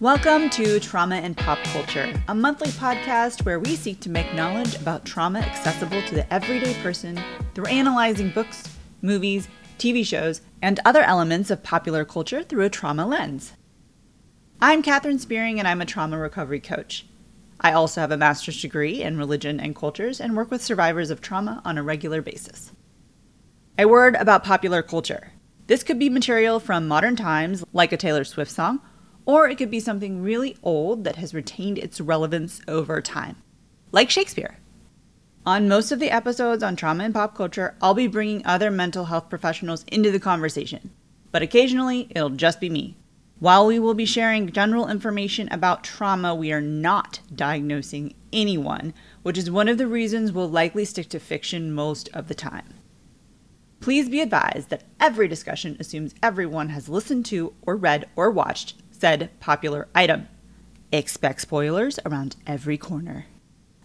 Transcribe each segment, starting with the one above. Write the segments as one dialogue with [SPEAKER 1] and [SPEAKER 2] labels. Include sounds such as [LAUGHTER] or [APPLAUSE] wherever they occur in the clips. [SPEAKER 1] Welcome to Trauma and Pop Culture, a monthly podcast where we seek to make knowledge about trauma accessible to the everyday person through analyzing books, movies, TV shows, and other elements of popular culture through a trauma lens. I'm Katherine Spearing, and I'm a trauma recovery coach. I also have a master's degree in religion and cultures and work with survivors of trauma on a regular basis. A word about popular culture. This could be material from modern times, like a Taylor Swift song, or it could be something really old that has retained its relevance over time, like Shakespeare. On most of the episodes on trauma and pop culture, I'll be bringing other mental health professionals into the conversation, but occasionally it'll just be me. While we will be sharing general information about trauma, we are not diagnosing anyone, which is one of the reasons we'll likely stick to fiction most of the time. Please be advised that every discussion assumes everyone has listened to or read or watched said popular item. Expect spoilers around every corner.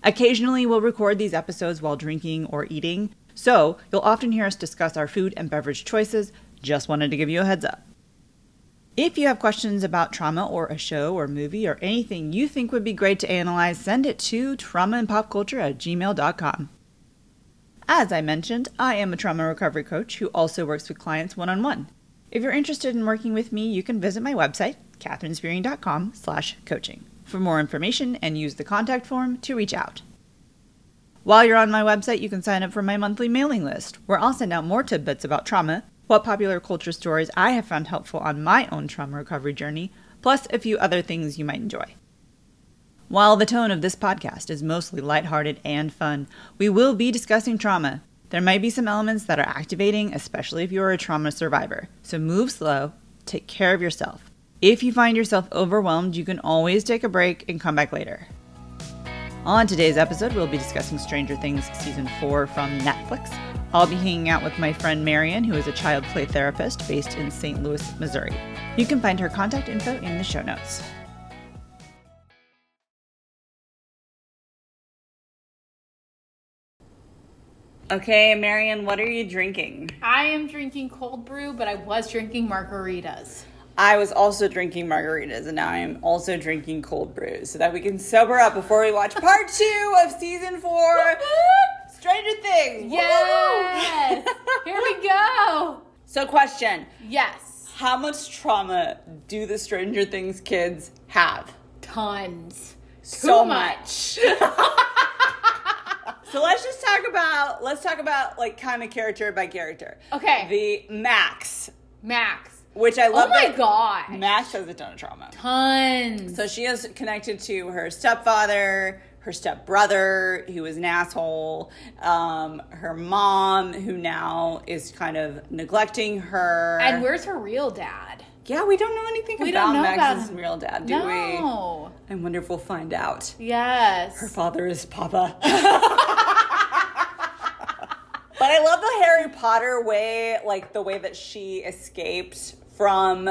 [SPEAKER 1] Occasionally, we'll record these episodes while drinking or eating, so you'll often hear us discuss our food and beverage choices. Just wanted to give you a heads up. If you have questions about trauma or a show or movie or anything you think would be great to analyze, send it to traumaandpopculture at gmail.com. As I mentioned, I am a trauma recovery coach who also works with clients one on one. If you're interested in working with me, you can visit my website, katherinespearing.com slash coaching, for more information and use the contact form to reach out. While you're on my website, you can sign up for my monthly mailing list, where I'll send out more tidbits about trauma, what popular culture stories I have found helpful on my own trauma recovery journey, plus a few other things you might enjoy. While the tone of this podcast is mostly lighthearted and fun, we will be discussing trauma, there might be some elements that are activating, especially if you're a trauma survivor. So move slow, take care of yourself. If you find yourself overwhelmed, you can always take a break and come back later. On today's episode, we'll be discussing Stranger Things Season 4 from Netflix. I'll be hanging out with my friend Marion, who is a child play therapist based in St. Louis, Missouri. You can find her contact info in the show notes. Okay, Marion, what are you drinking?
[SPEAKER 2] I am drinking cold brew, but I was drinking margaritas.
[SPEAKER 1] I was also drinking margaritas, and now I am also drinking cold brews so that we can sober up before we watch [LAUGHS] part two of season four Stranger Things.
[SPEAKER 2] Yes! [LAUGHS] Here we go!
[SPEAKER 1] [LAUGHS] So, question
[SPEAKER 2] Yes.
[SPEAKER 1] How much trauma do the Stranger Things kids have?
[SPEAKER 2] Tons.
[SPEAKER 1] so
[SPEAKER 2] Too
[SPEAKER 1] much. so let's just talk about let's talk about like kind of character by character.
[SPEAKER 2] Okay.
[SPEAKER 1] The Max,
[SPEAKER 2] [LAUGHS] Max.
[SPEAKER 1] which I love.
[SPEAKER 2] oh my
[SPEAKER 1] that
[SPEAKER 2] god.
[SPEAKER 1] Max has a ton of trauma.
[SPEAKER 2] Tons.
[SPEAKER 1] So she is connected to her stepfather, her stepbrother, who is an asshole, um, her mom, who now is kind of neglecting her.
[SPEAKER 2] and where's her real dad?
[SPEAKER 1] yeah, we don't know anything
[SPEAKER 2] We
[SPEAKER 1] about
[SPEAKER 2] don't know
[SPEAKER 1] Max's
[SPEAKER 2] about him.
[SPEAKER 1] real dad, do
[SPEAKER 2] no.
[SPEAKER 1] we? I wonder if we'll find out. Her
[SPEAKER 2] Yes.
[SPEAKER 1] father is Papa. but I love the Harry Potter way, like the way that she escaped from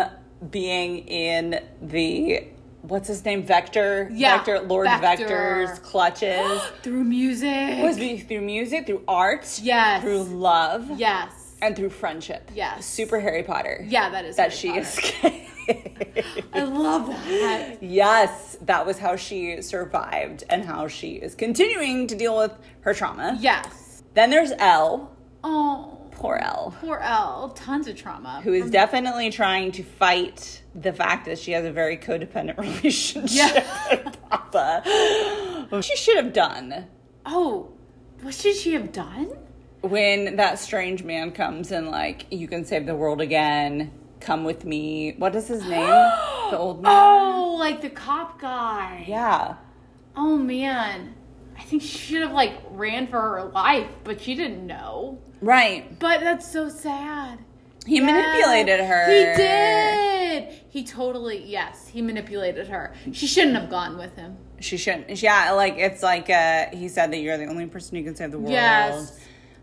[SPEAKER 1] being in the what's his name Vector,
[SPEAKER 2] Yeah,
[SPEAKER 1] Vector Lord
[SPEAKER 2] Vector.
[SPEAKER 1] Vector's clutches
[SPEAKER 2] [GASPS] Through music.
[SPEAKER 1] was be- through music, through art,
[SPEAKER 2] Yes.
[SPEAKER 1] through love,
[SPEAKER 2] yes.
[SPEAKER 1] and through friendship.
[SPEAKER 2] Yes.
[SPEAKER 1] super Harry Potter.
[SPEAKER 2] Yeah, that is
[SPEAKER 1] that
[SPEAKER 2] Harry
[SPEAKER 1] she
[SPEAKER 2] Potter.
[SPEAKER 1] escaped.
[SPEAKER 2] I love that.
[SPEAKER 1] [LAUGHS] Yes, that was how she survived and how she is continuing to deal with her trauma.
[SPEAKER 2] yes.
[SPEAKER 1] Then there's Elle,
[SPEAKER 2] Oh.
[SPEAKER 1] poor Elle,
[SPEAKER 2] Poor Elle. Tons of trauma.
[SPEAKER 1] who is definitely trying to fight the fact that she has a very codependent [LAUGHS] relationship
[SPEAKER 2] Yeah.
[SPEAKER 1] with Papa. She should have done
[SPEAKER 2] Oh. What should she have done?
[SPEAKER 1] when that strange man comes and like, you can save the world again. Come with me. What is his
[SPEAKER 2] [GASPS]
[SPEAKER 1] name? the old man.
[SPEAKER 2] Oh, like the cop guy.
[SPEAKER 1] Yeah.
[SPEAKER 2] Oh man. I think she should have like ran for her life, but she didn't know.
[SPEAKER 1] Right.
[SPEAKER 2] But that's so sad.
[SPEAKER 1] He manipulated her.
[SPEAKER 2] He did. He totally yes, he manipulated her. She shouldn't have gone with him.
[SPEAKER 1] She shouldn't. Yeah, like it's like uh, he said that you're the only person who can save the world.
[SPEAKER 2] Yes.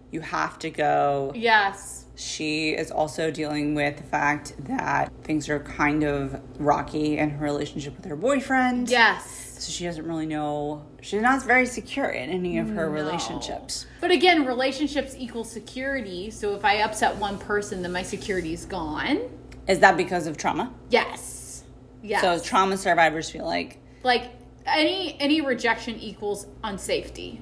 [SPEAKER 1] You have to go.
[SPEAKER 2] Yes.
[SPEAKER 1] She is also dealing with the fact that things are kind of rocky in her relationship with her boyfriend.
[SPEAKER 2] Yes.
[SPEAKER 1] So she doesn't really know. She's not very secure in any of her relationships.
[SPEAKER 2] But again, relationships equal security. So if I upset one person, then my security's gone.
[SPEAKER 1] Is that because of trauma?
[SPEAKER 2] Yes. Yes.
[SPEAKER 1] So trauma survivors feel like,
[SPEAKER 2] like any any rejection equals unsafety.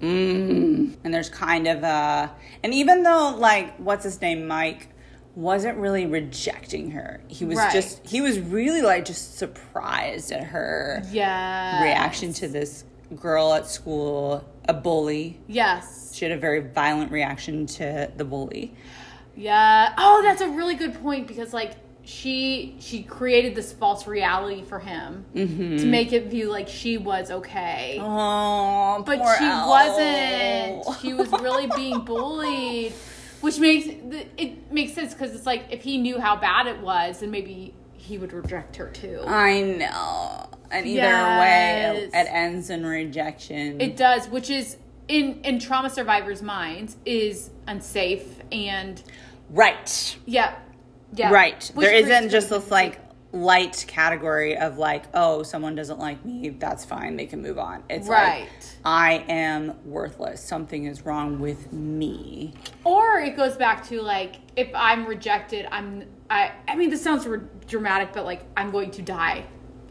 [SPEAKER 1] mm. and there's kind of a, and even though like what's his name, Mike, wasn't really rejecting her. He was
[SPEAKER 2] Right.
[SPEAKER 1] just he was really like just surprised at her
[SPEAKER 2] Yeah.
[SPEAKER 1] reaction to this girl at school, a bully.
[SPEAKER 2] Yes.
[SPEAKER 1] She had a very violent reaction to the bully.
[SPEAKER 2] Yeah. Oh, that's a really good point because like she she created this false reality for him to make it view like she was okay.
[SPEAKER 1] Oh,
[SPEAKER 2] but
[SPEAKER 1] poor
[SPEAKER 2] she
[SPEAKER 1] Elle.
[SPEAKER 2] wasn't. She was really being bullied, which makes th- it makes sense because it's like if he knew how bad it was, then maybe he would reject her too.
[SPEAKER 1] I know. And either way,
[SPEAKER 2] Yes.
[SPEAKER 1] it ends in rejection.
[SPEAKER 2] It does, which is in in trauma survivors' minds is unsafe and
[SPEAKER 1] right.
[SPEAKER 2] yeah, yeah.
[SPEAKER 1] Right.
[SPEAKER 2] Which
[SPEAKER 1] there isn't
[SPEAKER 2] brings-
[SPEAKER 1] just this like light category of like, oh, someone doesn't like me. That's fine. They can move on. It's
[SPEAKER 2] Right.
[SPEAKER 1] like, I am worthless. Something is wrong with me.
[SPEAKER 2] or it goes back to like if I'm rejected, I'm I I mean this sounds r- dramatic, but like I'm going to die.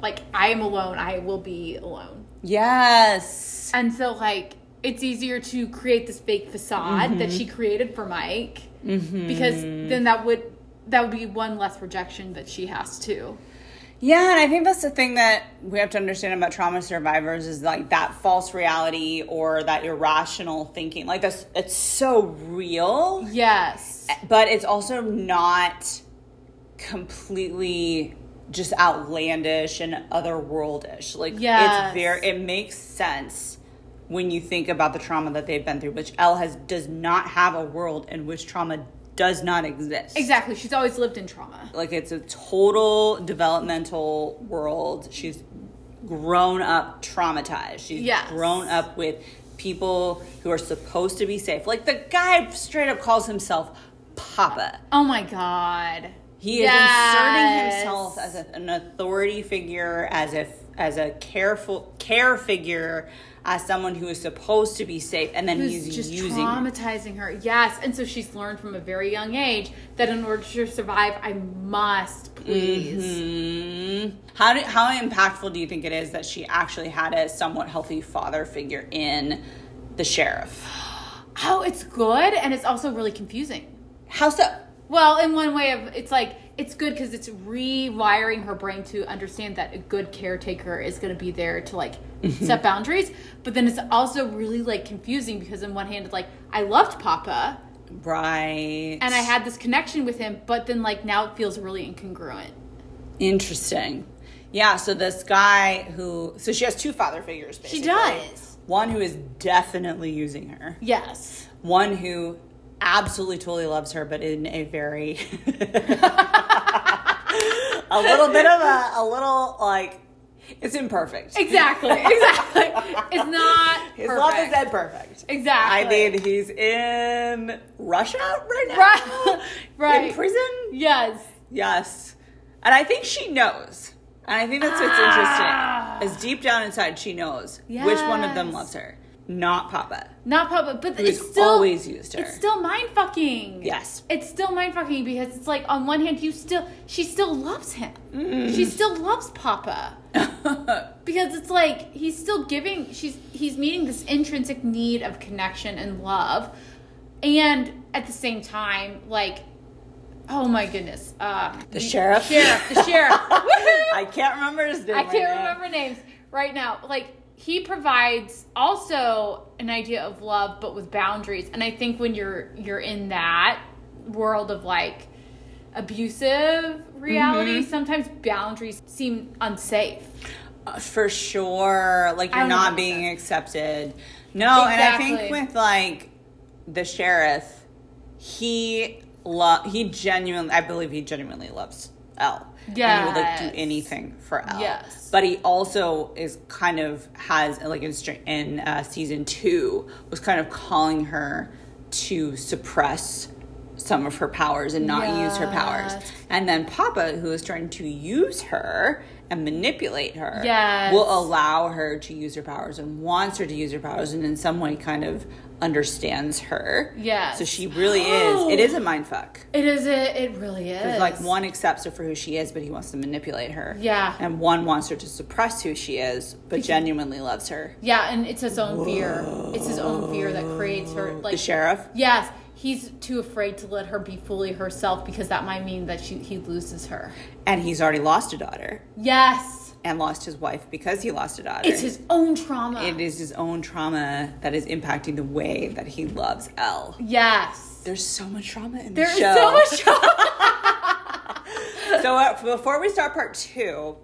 [SPEAKER 2] Like I am alone. I will be alone.
[SPEAKER 1] Yes.
[SPEAKER 2] And so, like, it's easier to create this fake facade
[SPEAKER 1] Mm-hmm.
[SPEAKER 2] that she created for Mike because then that would that would be one less rejection that she has to.
[SPEAKER 1] Yeah, and I think that's the thing that we have to understand about trauma survivors is like that false reality or that irrational thinking. Like that's it's so real.
[SPEAKER 2] Yes.
[SPEAKER 1] but it's also not completely just outlandish and otherworldish. Like
[SPEAKER 2] Yes.
[SPEAKER 1] it's very it makes sense when you think about the trauma that they've been through, which Elle has does not have a world in which trauma does not exist.
[SPEAKER 2] Exactly. She's always lived in trauma.
[SPEAKER 1] Like it's a total developmental world. She's grown up traumatized. She's
[SPEAKER 2] Yes.
[SPEAKER 1] grown up with people who are supposed to be safe. Like the guy straight up calls himself Papa.
[SPEAKER 2] Oh my god.
[SPEAKER 1] He is inserting
[SPEAKER 2] Yes.
[SPEAKER 1] himself as a, an authority figure, as if as a careful care figure, as someone who is supposed to be safe, and then
[SPEAKER 2] Who's
[SPEAKER 1] he's
[SPEAKER 2] just
[SPEAKER 1] using.
[SPEAKER 2] traumatizing her. Yes. And so she's learned from a very young age that in order to survive, I must please.
[SPEAKER 1] Mhm. How do, how impactful do you think it is that she actually had a somewhat healthy father figure in the sheriff?
[SPEAKER 2] Oh, it's good. And it's also really confusing.
[SPEAKER 1] How so?
[SPEAKER 2] Well, in one way of it's like it's good because it's rewiring her brain to understand that a good caretaker is going to be there to like
[SPEAKER 1] Mm-hmm.
[SPEAKER 2] set boundaries. But then it's also really like confusing because on one hand it's like I loved Papa
[SPEAKER 1] Right.
[SPEAKER 2] and I had this connection with him, but then like now it feels really incongruent.
[SPEAKER 1] Interesting. Yeah, so this guy who so she has two father figures basically.
[SPEAKER 2] She does.
[SPEAKER 1] One who is definitely using her.
[SPEAKER 2] Yes.
[SPEAKER 1] One who absolutely totally loves her but in a very [LAUGHS] a little bit of a a little like it's imperfect. [LAUGHS]
[SPEAKER 2] Exactly. Exactly. it's not
[SPEAKER 1] His
[SPEAKER 2] perfect.
[SPEAKER 1] love is that perfect. I
[SPEAKER 2] Exactly.
[SPEAKER 1] mean, he's in Russia right now.
[SPEAKER 2] [LAUGHS] Right. Right.
[SPEAKER 1] In prison?
[SPEAKER 2] Yes.
[SPEAKER 1] Yes. And I think she knows. And I think that's what's interesting. Is deep down inside she knows which one of them
[SPEAKER 2] Ah. Yes.
[SPEAKER 1] loves her. Not Papa.
[SPEAKER 2] Not Papa, but
[SPEAKER 1] Who's
[SPEAKER 2] it's still
[SPEAKER 1] always used her.
[SPEAKER 2] It's still mind fucking. [LAUGHS]
[SPEAKER 1] Yes. [LAUGHS]
[SPEAKER 2] It's still mind fucking because it's like on one hand you still she still loves him.
[SPEAKER 1] Mm.
[SPEAKER 2] She still loves Papa. because it's like he's still giving she's he's meeting this intrinsic need of connection and love. And at the same time, like oh my goodness. Uh,
[SPEAKER 1] The sheriff?
[SPEAKER 2] Sheriff, the
[SPEAKER 1] [LAUGHS]
[SPEAKER 2] sheriff. [LAUGHS] Woohoo!
[SPEAKER 1] I can't remember his name.
[SPEAKER 2] I
[SPEAKER 1] right
[SPEAKER 2] can't
[SPEAKER 1] now.
[SPEAKER 2] remember names right now. Like he provides also an idea of love, but with boundaries. And I think when you're you're in that world of like abusive reality, sometimes boundaries seem unsafe.
[SPEAKER 1] Uh, For sure. Like
[SPEAKER 2] I
[SPEAKER 1] you're
[SPEAKER 2] don't know
[SPEAKER 1] not
[SPEAKER 2] what that
[SPEAKER 1] being accepted. No, and I
[SPEAKER 2] Exactly.
[SPEAKER 1] think with like the sheriff, he lo- he genuinely I believe he genuinely loves Elle. And he would like
[SPEAKER 2] Yes.
[SPEAKER 1] do anything for Elle.
[SPEAKER 2] Yes.
[SPEAKER 1] But he also is kind of has like in, str- in uh, season two was kind of calling her to suppress some of her powers and not use her powers.
[SPEAKER 2] Yes.
[SPEAKER 1] And then Papa, who is trying to use her and manipulate her,
[SPEAKER 2] Yes.
[SPEAKER 1] will allow her to use her powers and wants her to use her powers and in some way kind of understands her.
[SPEAKER 2] Yes.
[SPEAKER 1] So she really
[SPEAKER 2] [GASPS]
[SPEAKER 1] is. It is a mind fuck.
[SPEAKER 2] It is. A, it really is.
[SPEAKER 1] It's like one accepts her for who she is, but he wants to manipulate her.
[SPEAKER 2] Yeah.
[SPEAKER 1] And one wants her to suppress who she is, but genuinely loves her.
[SPEAKER 2] Yeah, and it's his own fear. It's his own fear that creates her. Like
[SPEAKER 1] The sheriff?
[SPEAKER 2] Yes, he's too afraid to let her be fully herself because that might mean that she he loses her.
[SPEAKER 1] And he's already lost a daughter
[SPEAKER 2] Yes,
[SPEAKER 1] and lost his wife because he lost a daughter.
[SPEAKER 2] it's his own trauma.
[SPEAKER 1] It is his own trauma that is impacting the way that he loves Elle.
[SPEAKER 2] Yes,
[SPEAKER 1] There's so much trauma in
[SPEAKER 2] there
[SPEAKER 1] this
[SPEAKER 2] is
[SPEAKER 1] show.
[SPEAKER 2] so
[SPEAKER 1] [LAUGHS]
[SPEAKER 2] much trauma.
[SPEAKER 1] so uh, before we start part two,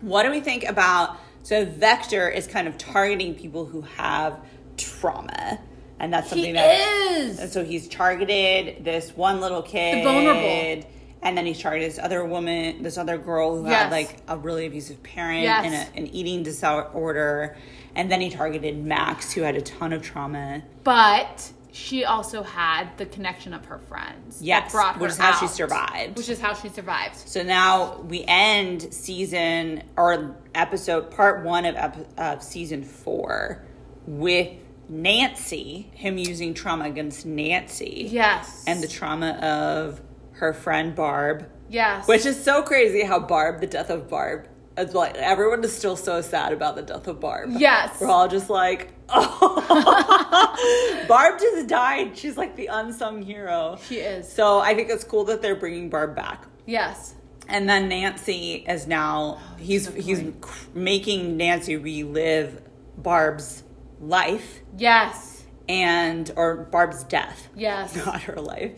[SPEAKER 1] what do we think about? So Vector is kind of targeting people who have trauma, and that's something
[SPEAKER 2] He
[SPEAKER 1] that
[SPEAKER 2] is.
[SPEAKER 1] And so he's targeted this one little kid,
[SPEAKER 2] vulnerable.
[SPEAKER 1] and then he's targeted this other woman, this other girl who
[SPEAKER 2] Yes.
[SPEAKER 1] had like a really abusive parent
[SPEAKER 2] Yes.
[SPEAKER 1] and a, an eating disorder, and then he targeted Max, who had a ton of trauma.
[SPEAKER 2] But she also had the connection of her friends. that
[SPEAKER 1] Yes,
[SPEAKER 2] brought her
[SPEAKER 1] which is how she
[SPEAKER 2] out,
[SPEAKER 1] survived.
[SPEAKER 2] Which is how she survived.
[SPEAKER 1] So now we end season or episode part one of, ep- of season four with Nancy, him using trauma against Nancy.
[SPEAKER 2] Yes,
[SPEAKER 1] And the trauma of her friend Barb,
[SPEAKER 2] yes,
[SPEAKER 1] which is so crazy how Barb, the death of Barb, is like everyone is still so sad about the death of Barb.
[SPEAKER 2] Yes.
[SPEAKER 1] We're all just like,
[SPEAKER 2] [LAUGHS]
[SPEAKER 1] oh. Barb just died. She's like the unsung hero.
[SPEAKER 2] She is.
[SPEAKER 1] So I think it's cool that they're bringing Barb back.
[SPEAKER 2] yes.
[SPEAKER 1] And then Nancy is now he's he's cr- making Nancy relive Barb's life
[SPEAKER 2] Yes.
[SPEAKER 1] and or Barb's death.
[SPEAKER 2] Yes.
[SPEAKER 1] [LAUGHS] Not her life.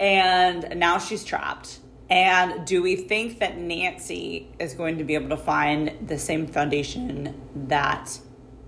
[SPEAKER 1] And now she's trapped. And do we think that Nancy is going to be able to find the same foundation that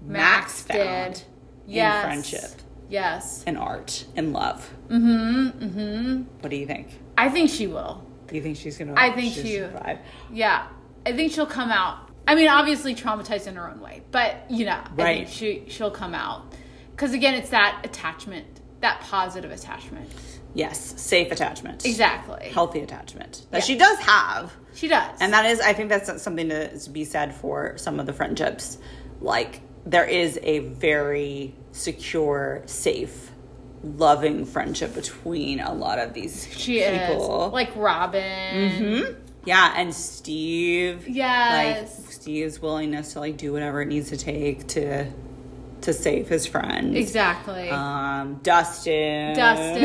[SPEAKER 1] Max, found
[SPEAKER 2] did.
[SPEAKER 1] in
[SPEAKER 2] Yes.
[SPEAKER 1] friendship
[SPEAKER 2] Yes.
[SPEAKER 1] and art and love? Mm-hmm. Mm-hmm. What do you think?
[SPEAKER 2] I think she will.
[SPEAKER 1] Do you think she's gonna
[SPEAKER 2] I think
[SPEAKER 1] she's
[SPEAKER 2] she-
[SPEAKER 1] survive?
[SPEAKER 2] Yeah, I think she'll come out. I mean, obviously traumatized in her own way, but you know, I
[SPEAKER 1] Right.
[SPEAKER 2] think she she'll come out because again, it's that attachment, that positive attachment.
[SPEAKER 1] Yes, safe attachment.
[SPEAKER 2] Exactly.
[SPEAKER 1] Healthy attachment that she does have.
[SPEAKER 2] She does.
[SPEAKER 1] And that is, I think that's something to to be said for some of the friendships. Like, there is a very secure, safe, loving friendship between a lot of these
[SPEAKER 2] she
[SPEAKER 1] people. Mm-hmm. Hmm?
[SPEAKER 2] is like Robin.
[SPEAKER 1] yeah, and Steve.
[SPEAKER 2] Yes.
[SPEAKER 1] Like, Steve's willingness to, like, do whatever it needs to take to to save his friend.
[SPEAKER 2] Exactly.
[SPEAKER 1] Um, Dustin.
[SPEAKER 2] Dustin,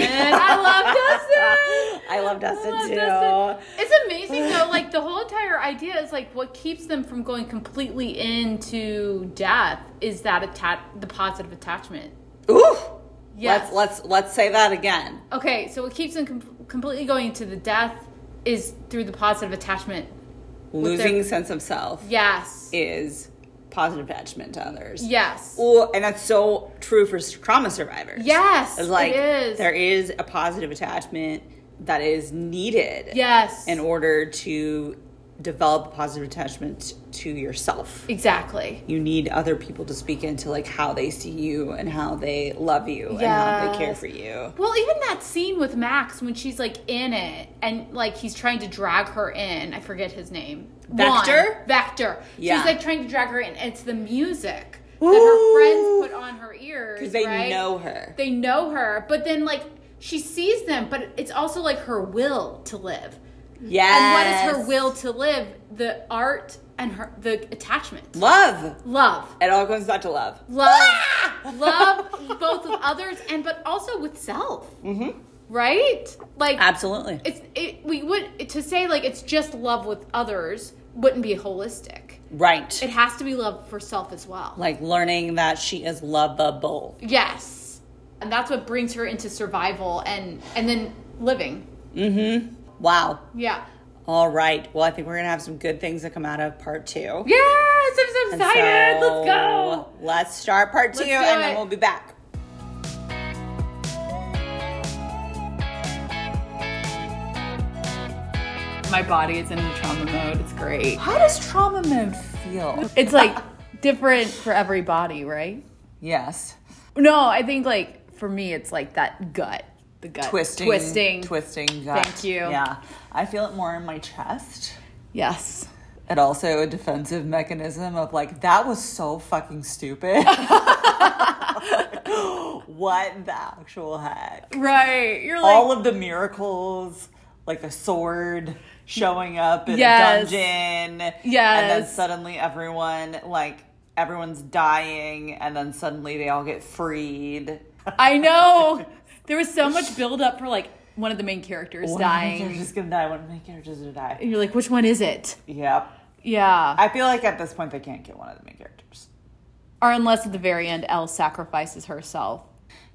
[SPEAKER 1] [LAUGHS]
[SPEAKER 2] I love Dustin.
[SPEAKER 1] [GASPS] I love Dustin
[SPEAKER 2] I love
[SPEAKER 1] too.
[SPEAKER 2] Dustin. It's amazing though. Like the whole entire idea is like what keeps them from going completely into death is that atta- the positive attachment.
[SPEAKER 1] Ooh.
[SPEAKER 2] Yes.
[SPEAKER 1] Let's let's let's say that again.
[SPEAKER 2] Okay, so what keeps them com- completely going to the death is through the positive attachment. With their-
[SPEAKER 1] Losing sense of self
[SPEAKER 2] Yes.
[SPEAKER 1] is positive attachment to others.
[SPEAKER 2] yes.
[SPEAKER 1] Ooh, and that's so true for trauma survivors.
[SPEAKER 2] Yes,
[SPEAKER 1] It's like
[SPEAKER 2] it is.
[SPEAKER 1] there is a positive attachment that is needed
[SPEAKER 2] yes.
[SPEAKER 1] in order to develop a positive attachment to yourself.
[SPEAKER 2] exactly.
[SPEAKER 1] You need other people to speak into like how they see you and how they love you and how they care
[SPEAKER 2] Yes.
[SPEAKER 1] for you.
[SPEAKER 2] Well, even that scene with Max when she's like in it and like he's trying to drag her in. I forget his name.
[SPEAKER 1] Vector?
[SPEAKER 2] Juan. Vector.
[SPEAKER 1] Yeah.
[SPEAKER 2] She's like trying to drag her in. It's the music that her
[SPEAKER 1] Ooh.
[SPEAKER 2] friends put on her ears.
[SPEAKER 1] Because they
[SPEAKER 2] right?
[SPEAKER 1] know her.
[SPEAKER 2] They know her, but then like she sees them, but it's also like her will to live.
[SPEAKER 1] yes.
[SPEAKER 2] And what is her will to live? The art and her the attachment.
[SPEAKER 1] Love.
[SPEAKER 2] Love.
[SPEAKER 1] It all comes back to love.
[SPEAKER 2] Love. Ah! Love both with others and but also with self. Mm-hmm. Right? Like
[SPEAKER 1] Absolutely.
[SPEAKER 2] it's it we would to say like it's just love with others wouldn't be holistic.
[SPEAKER 1] right.
[SPEAKER 2] It has to be love for self as well.
[SPEAKER 1] like learning that she is lovable.
[SPEAKER 2] yes. And that's what brings her into survival and and then living.
[SPEAKER 1] Wow.
[SPEAKER 2] Yeah.
[SPEAKER 1] All right. Well, I think we're going to have some good things that come out of part two.
[SPEAKER 2] Yes, I'm so
[SPEAKER 1] And
[SPEAKER 2] excited.
[SPEAKER 1] so
[SPEAKER 2] Let's go.
[SPEAKER 1] Let's start part 2
[SPEAKER 2] Let's do
[SPEAKER 1] and then
[SPEAKER 2] it.
[SPEAKER 1] we'll be back.
[SPEAKER 2] My body is in the trauma mode. It's great.
[SPEAKER 1] How does trauma mode feel?
[SPEAKER 2] It's like [LAUGHS] different for every body, right?
[SPEAKER 1] Yes.
[SPEAKER 2] No, I think like for me, it's like that gut, the gut
[SPEAKER 1] twisting,
[SPEAKER 2] twisting.
[SPEAKER 1] twisting. Gut.
[SPEAKER 2] Thank you.
[SPEAKER 1] Yeah, I feel it more in my chest.
[SPEAKER 2] Yes.
[SPEAKER 1] And also a defensive mechanism of like that was so fucking stupid. [LAUGHS] what the actual heck?
[SPEAKER 2] Right. You're like
[SPEAKER 1] All of the miracles, like the sword showing up in
[SPEAKER 2] Yes.
[SPEAKER 1] a dungeon. And then
[SPEAKER 2] Yes.
[SPEAKER 1] suddenly everyone, like, everyone's dying, and then suddenly they all get freed.
[SPEAKER 2] I know. There was so much build up for like one of the main characters
[SPEAKER 1] One of my
[SPEAKER 2] dying.
[SPEAKER 1] characters is gonna die. One of my characters is gonna die.
[SPEAKER 2] And you're like, which one is it?
[SPEAKER 1] Yep.
[SPEAKER 2] Yeah.
[SPEAKER 1] I feel like at this point they can't get one of the main characters.
[SPEAKER 2] or unless at the very end Elle sacrifices herself.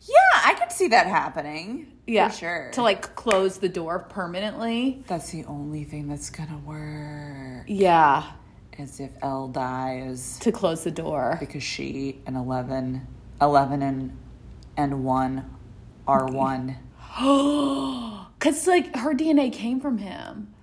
[SPEAKER 1] Yeah, I could see that happening.
[SPEAKER 2] Yeah.
[SPEAKER 1] For sure.
[SPEAKER 2] To like close the door permanently.
[SPEAKER 1] That's the only thing that's gonna work
[SPEAKER 2] Yeah.
[SPEAKER 1] is if Elle dies
[SPEAKER 2] To close the door. [GASPS]
[SPEAKER 1] because she and 11, 11 and and one are one.
[SPEAKER 2] Cause like her DNA came from him.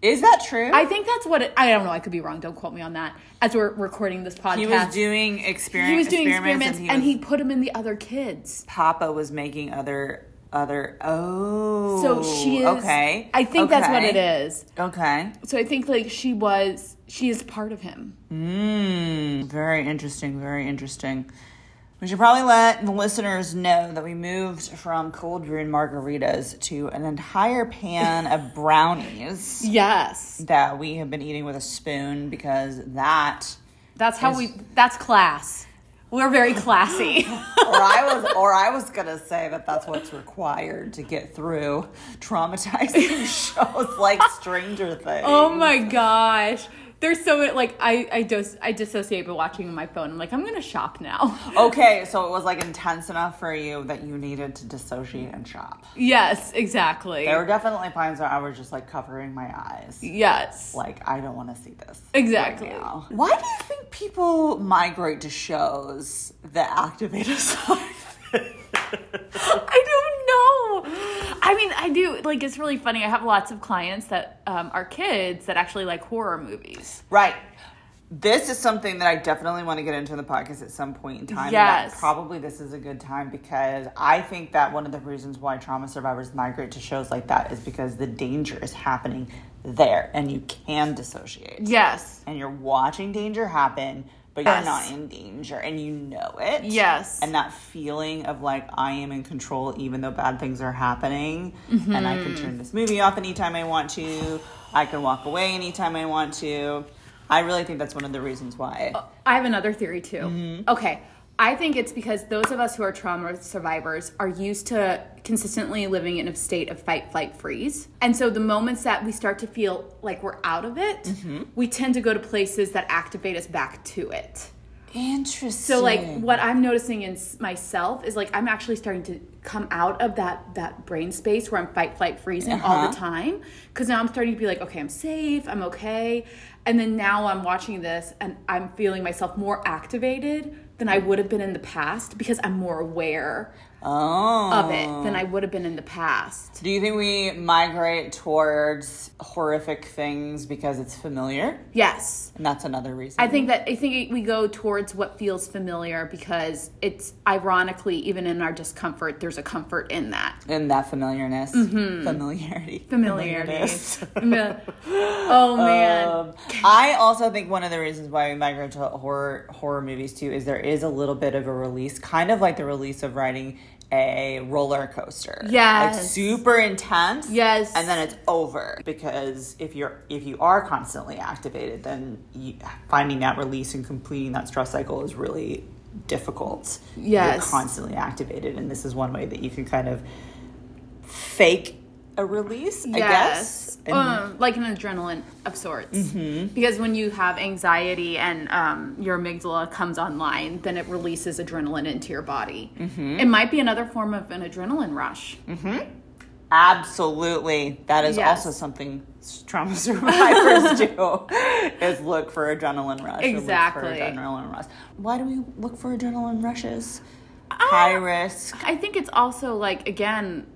[SPEAKER 1] Is that true?
[SPEAKER 2] I think that's what it, I don't know. I could be wrong. Don't quote me on that. As we're recording this podcast,
[SPEAKER 1] he was doing experiment.
[SPEAKER 2] He was doing
[SPEAKER 1] experiments,
[SPEAKER 2] experiments,
[SPEAKER 1] and, he, was-
[SPEAKER 2] put him in the other kids.
[SPEAKER 1] Papa was making other other. Oh,
[SPEAKER 2] So she is.
[SPEAKER 1] okay.
[SPEAKER 2] I think that's what it
[SPEAKER 1] Okay.
[SPEAKER 2] is.
[SPEAKER 1] Okay.
[SPEAKER 2] So I think like she was, she is part of him.
[SPEAKER 1] Mm, very interesting. Very interesting. We should probably let the listeners know that we moved from cold brew and margaritas to an entire pan of brownies
[SPEAKER 2] Yes,
[SPEAKER 1] that we have been eating with a spoon because that,
[SPEAKER 2] that's how we. That's class. We're
[SPEAKER 1] [LAUGHS]
[SPEAKER 2] very classy.
[SPEAKER 1] or I was, or I was gonna say that that's what's required to get through traumatizing [LAUGHS] shows like Stranger Things.
[SPEAKER 2] oh my gosh. There's so like I I just I dissociate by watching my phone. I'm like I'm gonna shop now. [LAUGHS]
[SPEAKER 1] Okay, so it was like intense enough for you that you needed to dissociate and shop.
[SPEAKER 2] yes, exactly.
[SPEAKER 1] There were definitely times where I was just like covering my eyes.
[SPEAKER 2] yes,
[SPEAKER 1] Like, I don't want to see this.
[SPEAKER 2] exactly.
[SPEAKER 1] now. Why do you think people migrate to shows that activate us? [LAUGHS]
[SPEAKER 2] I don't know. I mean, I do. Like, it's really funny. I have lots of clients that um, are kids that actually like horror movies.
[SPEAKER 1] right. This is something that I definitely want to get into in the podcast at some point in time. and
[SPEAKER 2] Yes.
[SPEAKER 1] that Probably this is a good time because I think that one of the reasons why trauma survivors migrate to shows like that is because the danger is happening there and you can dissociate.
[SPEAKER 2] Yes.
[SPEAKER 1] and you're watching danger happen, but you're
[SPEAKER 2] Yes.
[SPEAKER 1] not in danger and you know it.
[SPEAKER 2] Yes.
[SPEAKER 1] And that feeling of like, I am in control even though bad things are happening. And I
[SPEAKER 2] Mm-hmm.
[SPEAKER 1] can turn this movie off anytime I want to. I can walk away anytime I want to. I really think that's one of the reasons why.
[SPEAKER 2] I have another theory too. Okay. I think it's because those of us who are trauma survivors are used to consistently living in a state of fight, flight, freeze. And so the moments that we start to feel like we're out of it, we tend to go to places that activate us back to it.
[SPEAKER 1] Interesting.
[SPEAKER 2] So like what I'm noticing in s- myself is like I'm actually starting to come out of that that brain space where I'm fight flight freezing all the time cuz now I'm starting to be like okay I'm safe, I'm okay. And then now I'm watching this and I'm feeling myself more activated than I would have been in the past because I'm more aware
[SPEAKER 1] oh.
[SPEAKER 2] of it than I would have been in the past.
[SPEAKER 1] Do you think we migrate towards horrific things because it's familiar?
[SPEAKER 2] Yes.
[SPEAKER 1] And that's another reason.
[SPEAKER 2] I think that I think we go towards what feels familiar because it's ironically even in our discomfort there's a comfort in that.
[SPEAKER 1] and that familiarness, familiarity,
[SPEAKER 2] Mm-hmm. familiarity.
[SPEAKER 1] Familiarness.
[SPEAKER 2] [LAUGHS] Fami- oh man.
[SPEAKER 1] Um, I also think one of the reasons why we migrate to horror horror movies too is there is a little bit of a release, kind of like the release of riding a roller coaster. like
[SPEAKER 2] Yes.
[SPEAKER 1] super intense.
[SPEAKER 2] Yes.
[SPEAKER 1] and then it's over because if you're if you are constantly activated, then you, finding that release and completing that stress cycle is really difficult. you're
[SPEAKER 2] Yes.
[SPEAKER 1] constantly activated, and this is one way that you can kind of fake a release, I guess. And- Mm-hmm.
[SPEAKER 2] um, like an adrenaline of sorts. Because when you have anxiety and um, your amygdala comes online, then it releases adrenaline into your body.
[SPEAKER 1] Mm-hmm.
[SPEAKER 2] It might be another form of an adrenaline rush.
[SPEAKER 1] Absolutely. That is
[SPEAKER 2] Yes.
[SPEAKER 1] also something s- trauma [LAUGHS]
[SPEAKER 2] [LAUGHS]
[SPEAKER 1] survivors do is look for adrenaline rush. or Look
[SPEAKER 2] Exactly.
[SPEAKER 1] for adrenaline rush. Why do we look for adrenaline rushes?
[SPEAKER 2] Ah.
[SPEAKER 1] High risk.
[SPEAKER 2] I think it's also like again,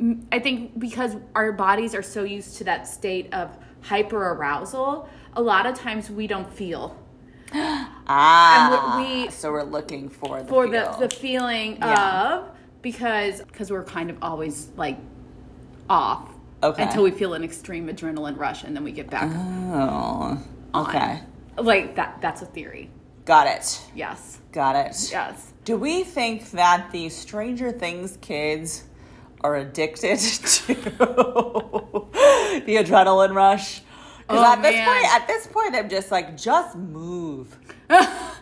[SPEAKER 2] m- I think because our bodies are so used to that state of hyper arousal, a lot of times we don't feel
[SPEAKER 1] Ah.
[SPEAKER 2] we-
[SPEAKER 1] so we're looking for the
[SPEAKER 2] for
[SPEAKER 1] feel.
[SPEAKER 2] the, the feeling
[SPEAKER 1] Yeah.
[SPEAKER 2] of because because we're kind of always like off
[SPEAKER 1] Okay.
[SPEAKER 2] until we feel an extreme adrenaline rush and then we get back
[SPEAKER 1] Oh. Okay.
[SPEAKER 2] like that that's a theory
[SPEAKER 1] Got it.
[SPEAKER 2] yes
[SPEAKER 1] Got it.
[SPEAKER 2] yes
[SPEAKER 1] Do we think that the Stranger Things kids are addicted [LAUGHS] to the adrenaline rush? Because
[SPEAKER 2] Oh,
[SPEAKER 1] at this
[SPEAKER 2] man.
[SPEAKER 1] point, at this point, I'm just like, just
[SPEAKER 2] [LAUGHS]
[SPEAKER 1] move,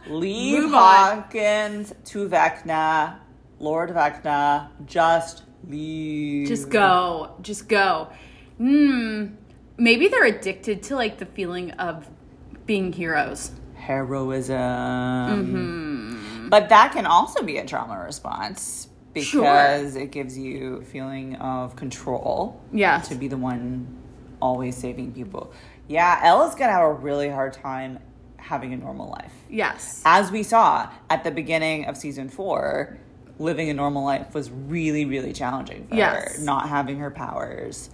[SPEAKER 1] leave
[SPEAKER 2] Move on.
[SPEAKER 1] Hawkins to Vecna, Lord Vecna, just leave.
[SPEAKER 2] just go just go hmm maybe they're addicted to like the feeling of being heroes
[SPEAKER 1] heroism.
[SPEAKER 2] Mm-hmm.
[SPEAKER 1] But that can also be a trauma response because it gives you a feeling of control.
[SPEAKER 2] Yes.
[SPEAKER 1] To be the one always saving people. Yeah, Ella's gonna have a really hard time having a normal life.
[SPEAKER 2] yes
[SPEAKER 1] As we saw at the beginning of season four, living a normal life was really, really challenging for
[SPEAKER 2] Yes. Mm-hmm.
[SPEAKER 1] her. Not having her powers,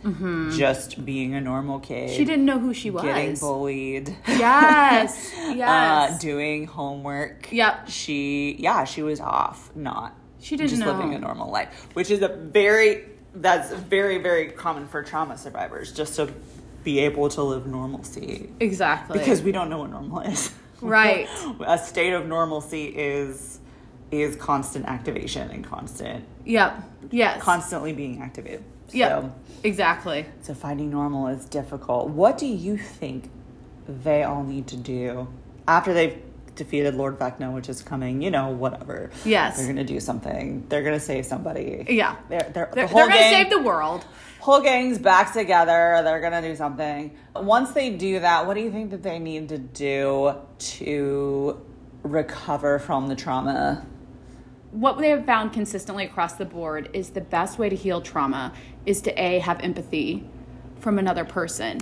[SPEAKER 1] just being a normal kid.
[SPEAKER 2] she didn't know who she was
[SPEAKER 1] getting bullied.
[SPEAKER 2] yes yes
[SPEAKER 1] [LAUGHS] Uh, doing homework.
[SPEAKER 2] Yep.
[SPEAKER 1] She, yeah, she was off, not
[SPEAKER 2] She didn't
[SPEAKER 1] just
[SPEAKER 2] know.
[SPEAKER 1] living a normal life, which is a very that's very very common for trauma survivors, just to be able to live normalcy
[SPEAKER 2] exactly
[SPEAKER 1] because we don't know what normal is. [LAUGHS]
[SPEAKER 2] right
[SPEAKER 1] a state of normalcy is is constant activation and constant
[SPEAKER 2] yep yes
[SPEAKER 1] constantly being activated.
[SPEAKER 2] yep
[SPEAKER 1] So,
[SPEAKER 2] exactly
[SPEAKER 1] so finding normal is difficult. What do you think they all need to do after they've defeated Lord Vecna, which is coming? You know, whatever.
[SPEAKER 2] Yes.
[SPEAKER 1] they're gonna do something. They're gonna save somebody.
[SPEAKER 2] Yeah.
[SPEAKER 1] they're they're, the
[SPEAKER 2] they're,
[SPEAKER 1] whole
[SPEAKER 2] they're gonna
[SPEAKER 1] gang-
[SPEAKER 2] save the world
[SPEAKER 1] whole gang's back together. They're gonna do something. Once they do that, what do you think that they need to do to recover from the trauma?
[SPEAKER 2] what they have found consistently across the board is the best way to heal trauma is to a have empathy from another person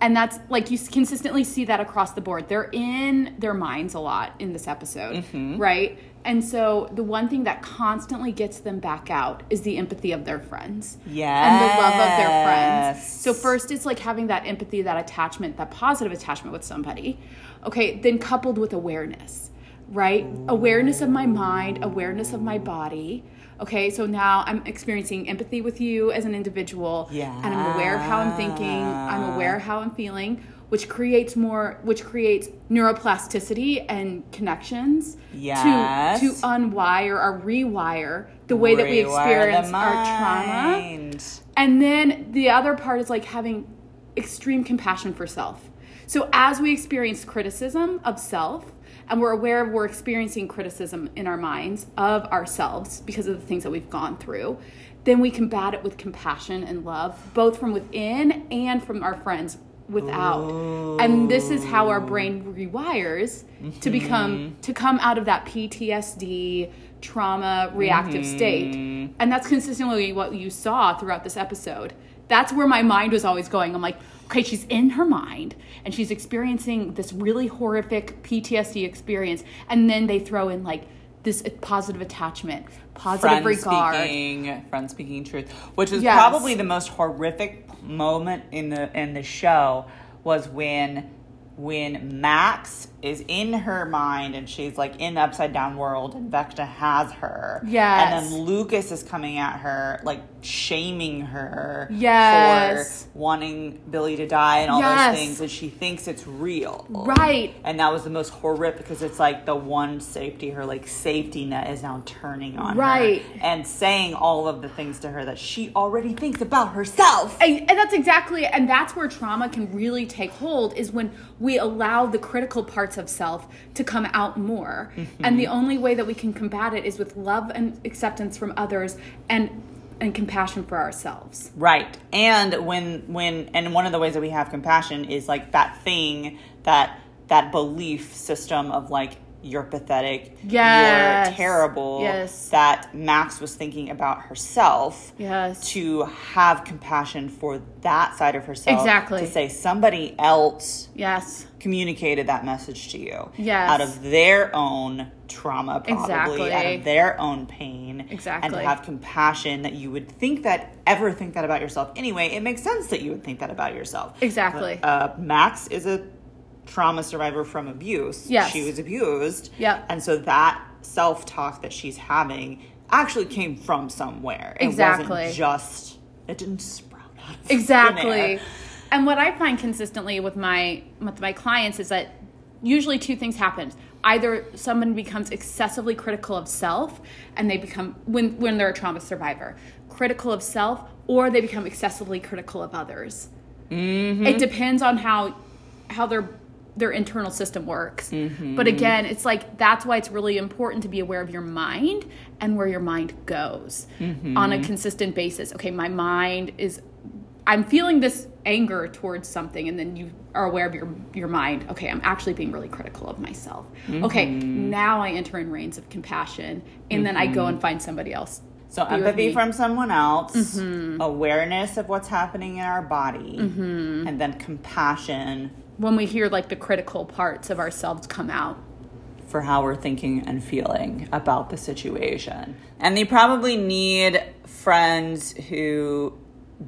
[SPEAKER 2] and that's like you s- consistently see that across the board they're in their minds a lot in this episode
[SPEAKER 1] Mm-hmm.
[SPEAKER 2] right and so the one thing that constantly gets them back out is the empathy of their friends and the love of their friends
[SPEAKER 1] Yes.
[SPEAKER 2] so first it's like having that empathy that attachment that positive attachment with somebody okay then coupled with awareness right? Awareness of my mind, awareness of my body. Okay, so now I'm experiencing empathy with you as an individual. And I'm aware of how I'm thinking, I'm aware of how I'm feeling, which creates more, which creates neuroplasticity and connections
[SPEAKER 1] Yes.
[SPEAKER 2] to, to unwire or rewire the way that we
[SPEAKER 1] Rewire the
[SPEAKER 2] experience our trauma.
[SPEAKER 1] mind.
[SPEAKER 2] And then the other part is like having extreme compassion for self. So as we experience criticism of self, and we're aware of we're experiencing criticism in our minds of ourselves because of the things that we've gone through, then we combat it with compassion and love, both from within and from our friends without. And this is how our brain rewires to become to come out of that PTSD trauma reactive state. And that's consistently what you saw throughout this episode. That's where my mind was always going. I'm like, okay, she's in her mind and she's experiencing this really horrific PTSD experience and then they throw in like this positive attachment, positive
[SPEAKER 1] friend
[SPEAKER 2] regard.
[SPEAKER 1] speaking, friend speaking truth, which was
[SPEAKER 2] Yes.
[SPEAKER 1] probably the most horrific moment in the in the show was when when Max is in her mind and she's like in the upside down world and Vecna has her.
[SPEAKER 2] Yes.
[SPEAKER 1] And then Lucas is coming at her, like shaming her
[SPEAKER 2] Yes.
[SPEAKER 1] for wanting Billy to die and all
[SPEAKER 2] Yes.
[SPEAKER 1] those things. And she thinks it's real.
[SPEAKER 2] Right.
[SPEAKER 1] And that was the most horrific because it's like the one safety, her like safety net is now turning on her
[SPEAKER 2] Right.
[SPEAKER 1] and saying all of the things to her that she already thinks about herself.
[SPEAKER 2] And, and that's exactly, and that's where trauma can really take hold is when we allow the critical parts of self to come out more. And the only way that we can combat it is with love and acceptance from others and and compassion for ourselves.
[SPEAKER 1] Right. And when when and one of the ways that we have compassion is like that thing that that belief system of like you're pathetic,
[SPEAKER 2] Yes.
[SPEAKER 1] you're terrible.
[SPEAKER 2] Yes.
[SPEAKER 1] That Max was thinking about herself.
[SPEAKER 2] Yes.
[SPEAKER 1] To have compassion for that side of herself.
[SPEAKER 2] Exactly.
[SPEAKER 1] To say somebody else
[SPEAKER 2] Yes.
[SPEAKER 1] communicated that message to you.
[SPEAKER 2] Yes.
[SPEAKER 1] Out of their own trauma, probably,
[SPEAKER 2] Exactly.
[SPEAKER 1] out of their own pain. And to
[SPEAKER 2] Exactly.
[SPEAKER 1] have compassion that you would think that, ever think that about yourself. Anyway, it makes sense that you would think that about yourself.
[SPEAKER 2] Exactly.
[SPEAKER 1] Uh, Max is a trauma survivor from abuse.
[SPEAKER 2] Yes.
[SPEAKER 1] She was abused.
[SPEAKER 2] Yep.
[SPEAKER 1] And so that self talk that she's having actually came from somewhere. It
[SPEAKER 2] Exactly.
[SPEAKER 1] wasn't just it didn't sprout out. of thin
[SPEAKER 2] Exactly.
[SPEAKER 1] air.
[SPEAKER 2] And what I find consistently with my with my clients is that usually two things happen. Either someone becomes excessively critical of self and they become when when they're a trauma survivor, critical of self or they become excessively critical of others.
[SPEAKER 1] Mm-hmm.
[SPEAKER 2] It depends on how how their their internal system works.
[SPEAKER 1] Mm-hmm.
[SPEAKER 2] But again, it's like that's why it's really important to be aware of your mind and where your mind goes
[SPEAKER 1] Mm-hmm.
[SPEAKER 2] on a consistent basis. Okay, my mind is I'm feeling this anger towards something and then you are aware of your your mind. Okay, I'm actually being really critical of myself. Okay,
[SPEAKER 1] Mm-hmm.
[SPEAKER 2] now I enter in reins of compassion and then I go and find somebody else.
[SPEAKER 1] So
[SPEAKER 2] Be with
[SPEAKER 1] empathy
[SPEAKER 2] me.
[SPEAKER 1] from someone else, awareness of what's happening in our body, and then compassion
[SPEAKER 2] When we hear like the critical parts of ourselves come out.
[SPEAKER 1] for how we're thinking and feeling about the situation. And they probably need friends who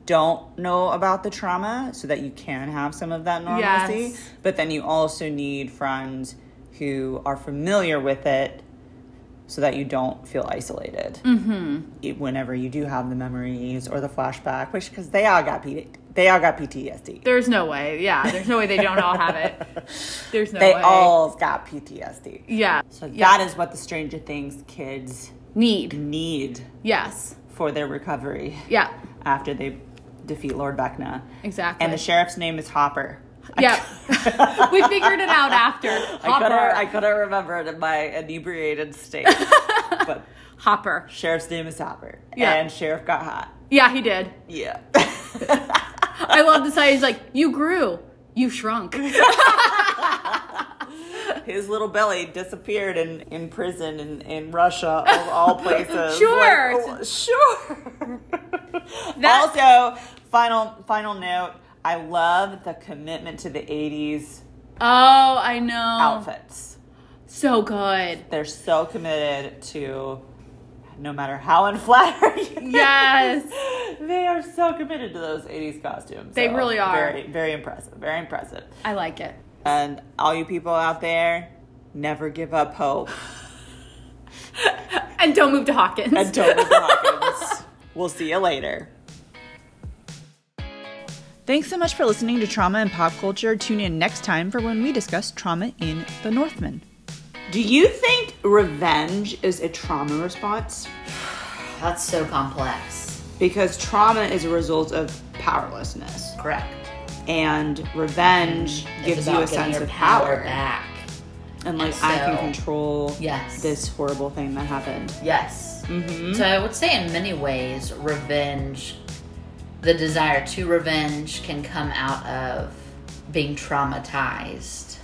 [SPEAKER 1] don't know about the trauma so that you can have some of that normalcy.
[SPEAKER 2] Yes.
[SPEAKER 1] But then you also need friends who are familiar with it so that you don't feel isolated mm-hmm. whenever you do have the memories or the flashback, which because they all got P- they all got PTSD.
[SPEAKER 2] There's no way. Yeah, there's no way they don't all have it. There's no
[SPEAKER 1] They
[SPEAKER 2] way.
[SPEAKER 1] all got PTSD.
[SPEAKER 2] yeah.
[SPEAKER 1] So
[SPEAKER 2] yeah.
[SPEAKER 1] that is what the Stranger Things kids
[SPEAKER 2] need.
[SPEAKER 1] need
[SPEAKER 2] Yes.
[SPEAKER 1] for their recovery
[SPEAKER 2] Yeah.
[SPEAKER 1] after they defeat Lord Vecna.
[SPEAKER 2] Exactly.
[SPEAKER 1] And the sheriff's name is Hopper.
[SPEAKER 2] Yeah. [LAUGHS] we figured it out after.
[SPEAKER 1] I couldn't,
[SPEAKER 2] Hopper.
[SPEAKER 1] I couldn't remember it in my inebriated
[SPEAKER 2] [LAUGHS]
[SPEAKER 1] state. but
[SPEAKER 2] Hopper.
[SPEAKER 1] sheriff's name is Hopper.
[SPEAKER 2] Yeah.
[SPEAKER 1] And sheriff got hot.
[SPEAKER 2] Yeah, he did.
[SPEAKER 1] Yeah.
[SPEAKER 2] I love this. He's like, you grew, you shrunk.
[SPEAKER 1] [LAUGHS] His little belly disappeared in, in prison in, in Russia, of
[SPEAKER 2] [LAUGHS]
[SPEAKER 1] all places.
[SPEAKER 2] Sure.
[SPEAKER 1] Like, oh, sure.
[SPEAKER 2] [LAUGHS] That-
[SPEAKER 1] also, final final note, I love the commitment to the 80s
[SPEAKER 2] Oh, I know.
[SPEAKER 1] outfits.
[SPEAKER 2] So good.
[SPEAKER 1] They're so committed to no matter how unflattering. [LAUGHS]
[SPEAKER 2] Yes.
[SPEAKER 1] they are so committed to those 80s costumes.
[SPEAKER 2] They
[SPEAKER 1] So,
[SPEAKER 2] really are.
[SPEAKER 1] Very, very impressive. Very impressive.
[SPEAKER 2] I like it.
[SPEAKER 1] And all you people out there, never give up
[SPEAKER 2] [LAUGHS]
[SPEAKER 1] hope.
[SPEAKER 2] And don't move to Hawkins.
[SPEAKER 1] And don't be Hawkins. We'll see you later.
[SPEAKER 3] Thanks so much for listening to Trauma and Pop Culture. Tune in next time for when we discuss trauma in The Northman.
[SPEAKER 1] Do you think revenge is a trauma response?
[SPEAKER 4] That's so complex.
[SPEAKER 1] Because trauma is a result of powerlessness.
[SPEAKER 4] Correct.
[SPEAKER 1] And revenge gives you a sense of power.
[SPEAKER 4] back.
[SPEAKER 1] and like
[SPEAKER 4] And
[SPEAKER 1] I can
[SPEAKER 4] so-
[SPEAKER 1] control
[SPEAKER 4] Yes.
[SPEAKER 1] this horrible thing that happened.
[SPEAKER 4] Yes.
[SPEAKER 1] Mm-hmm.
[SPEAKER 4] So I would say, in many ways, revenge, the desire to revenge, can come out of being traumatized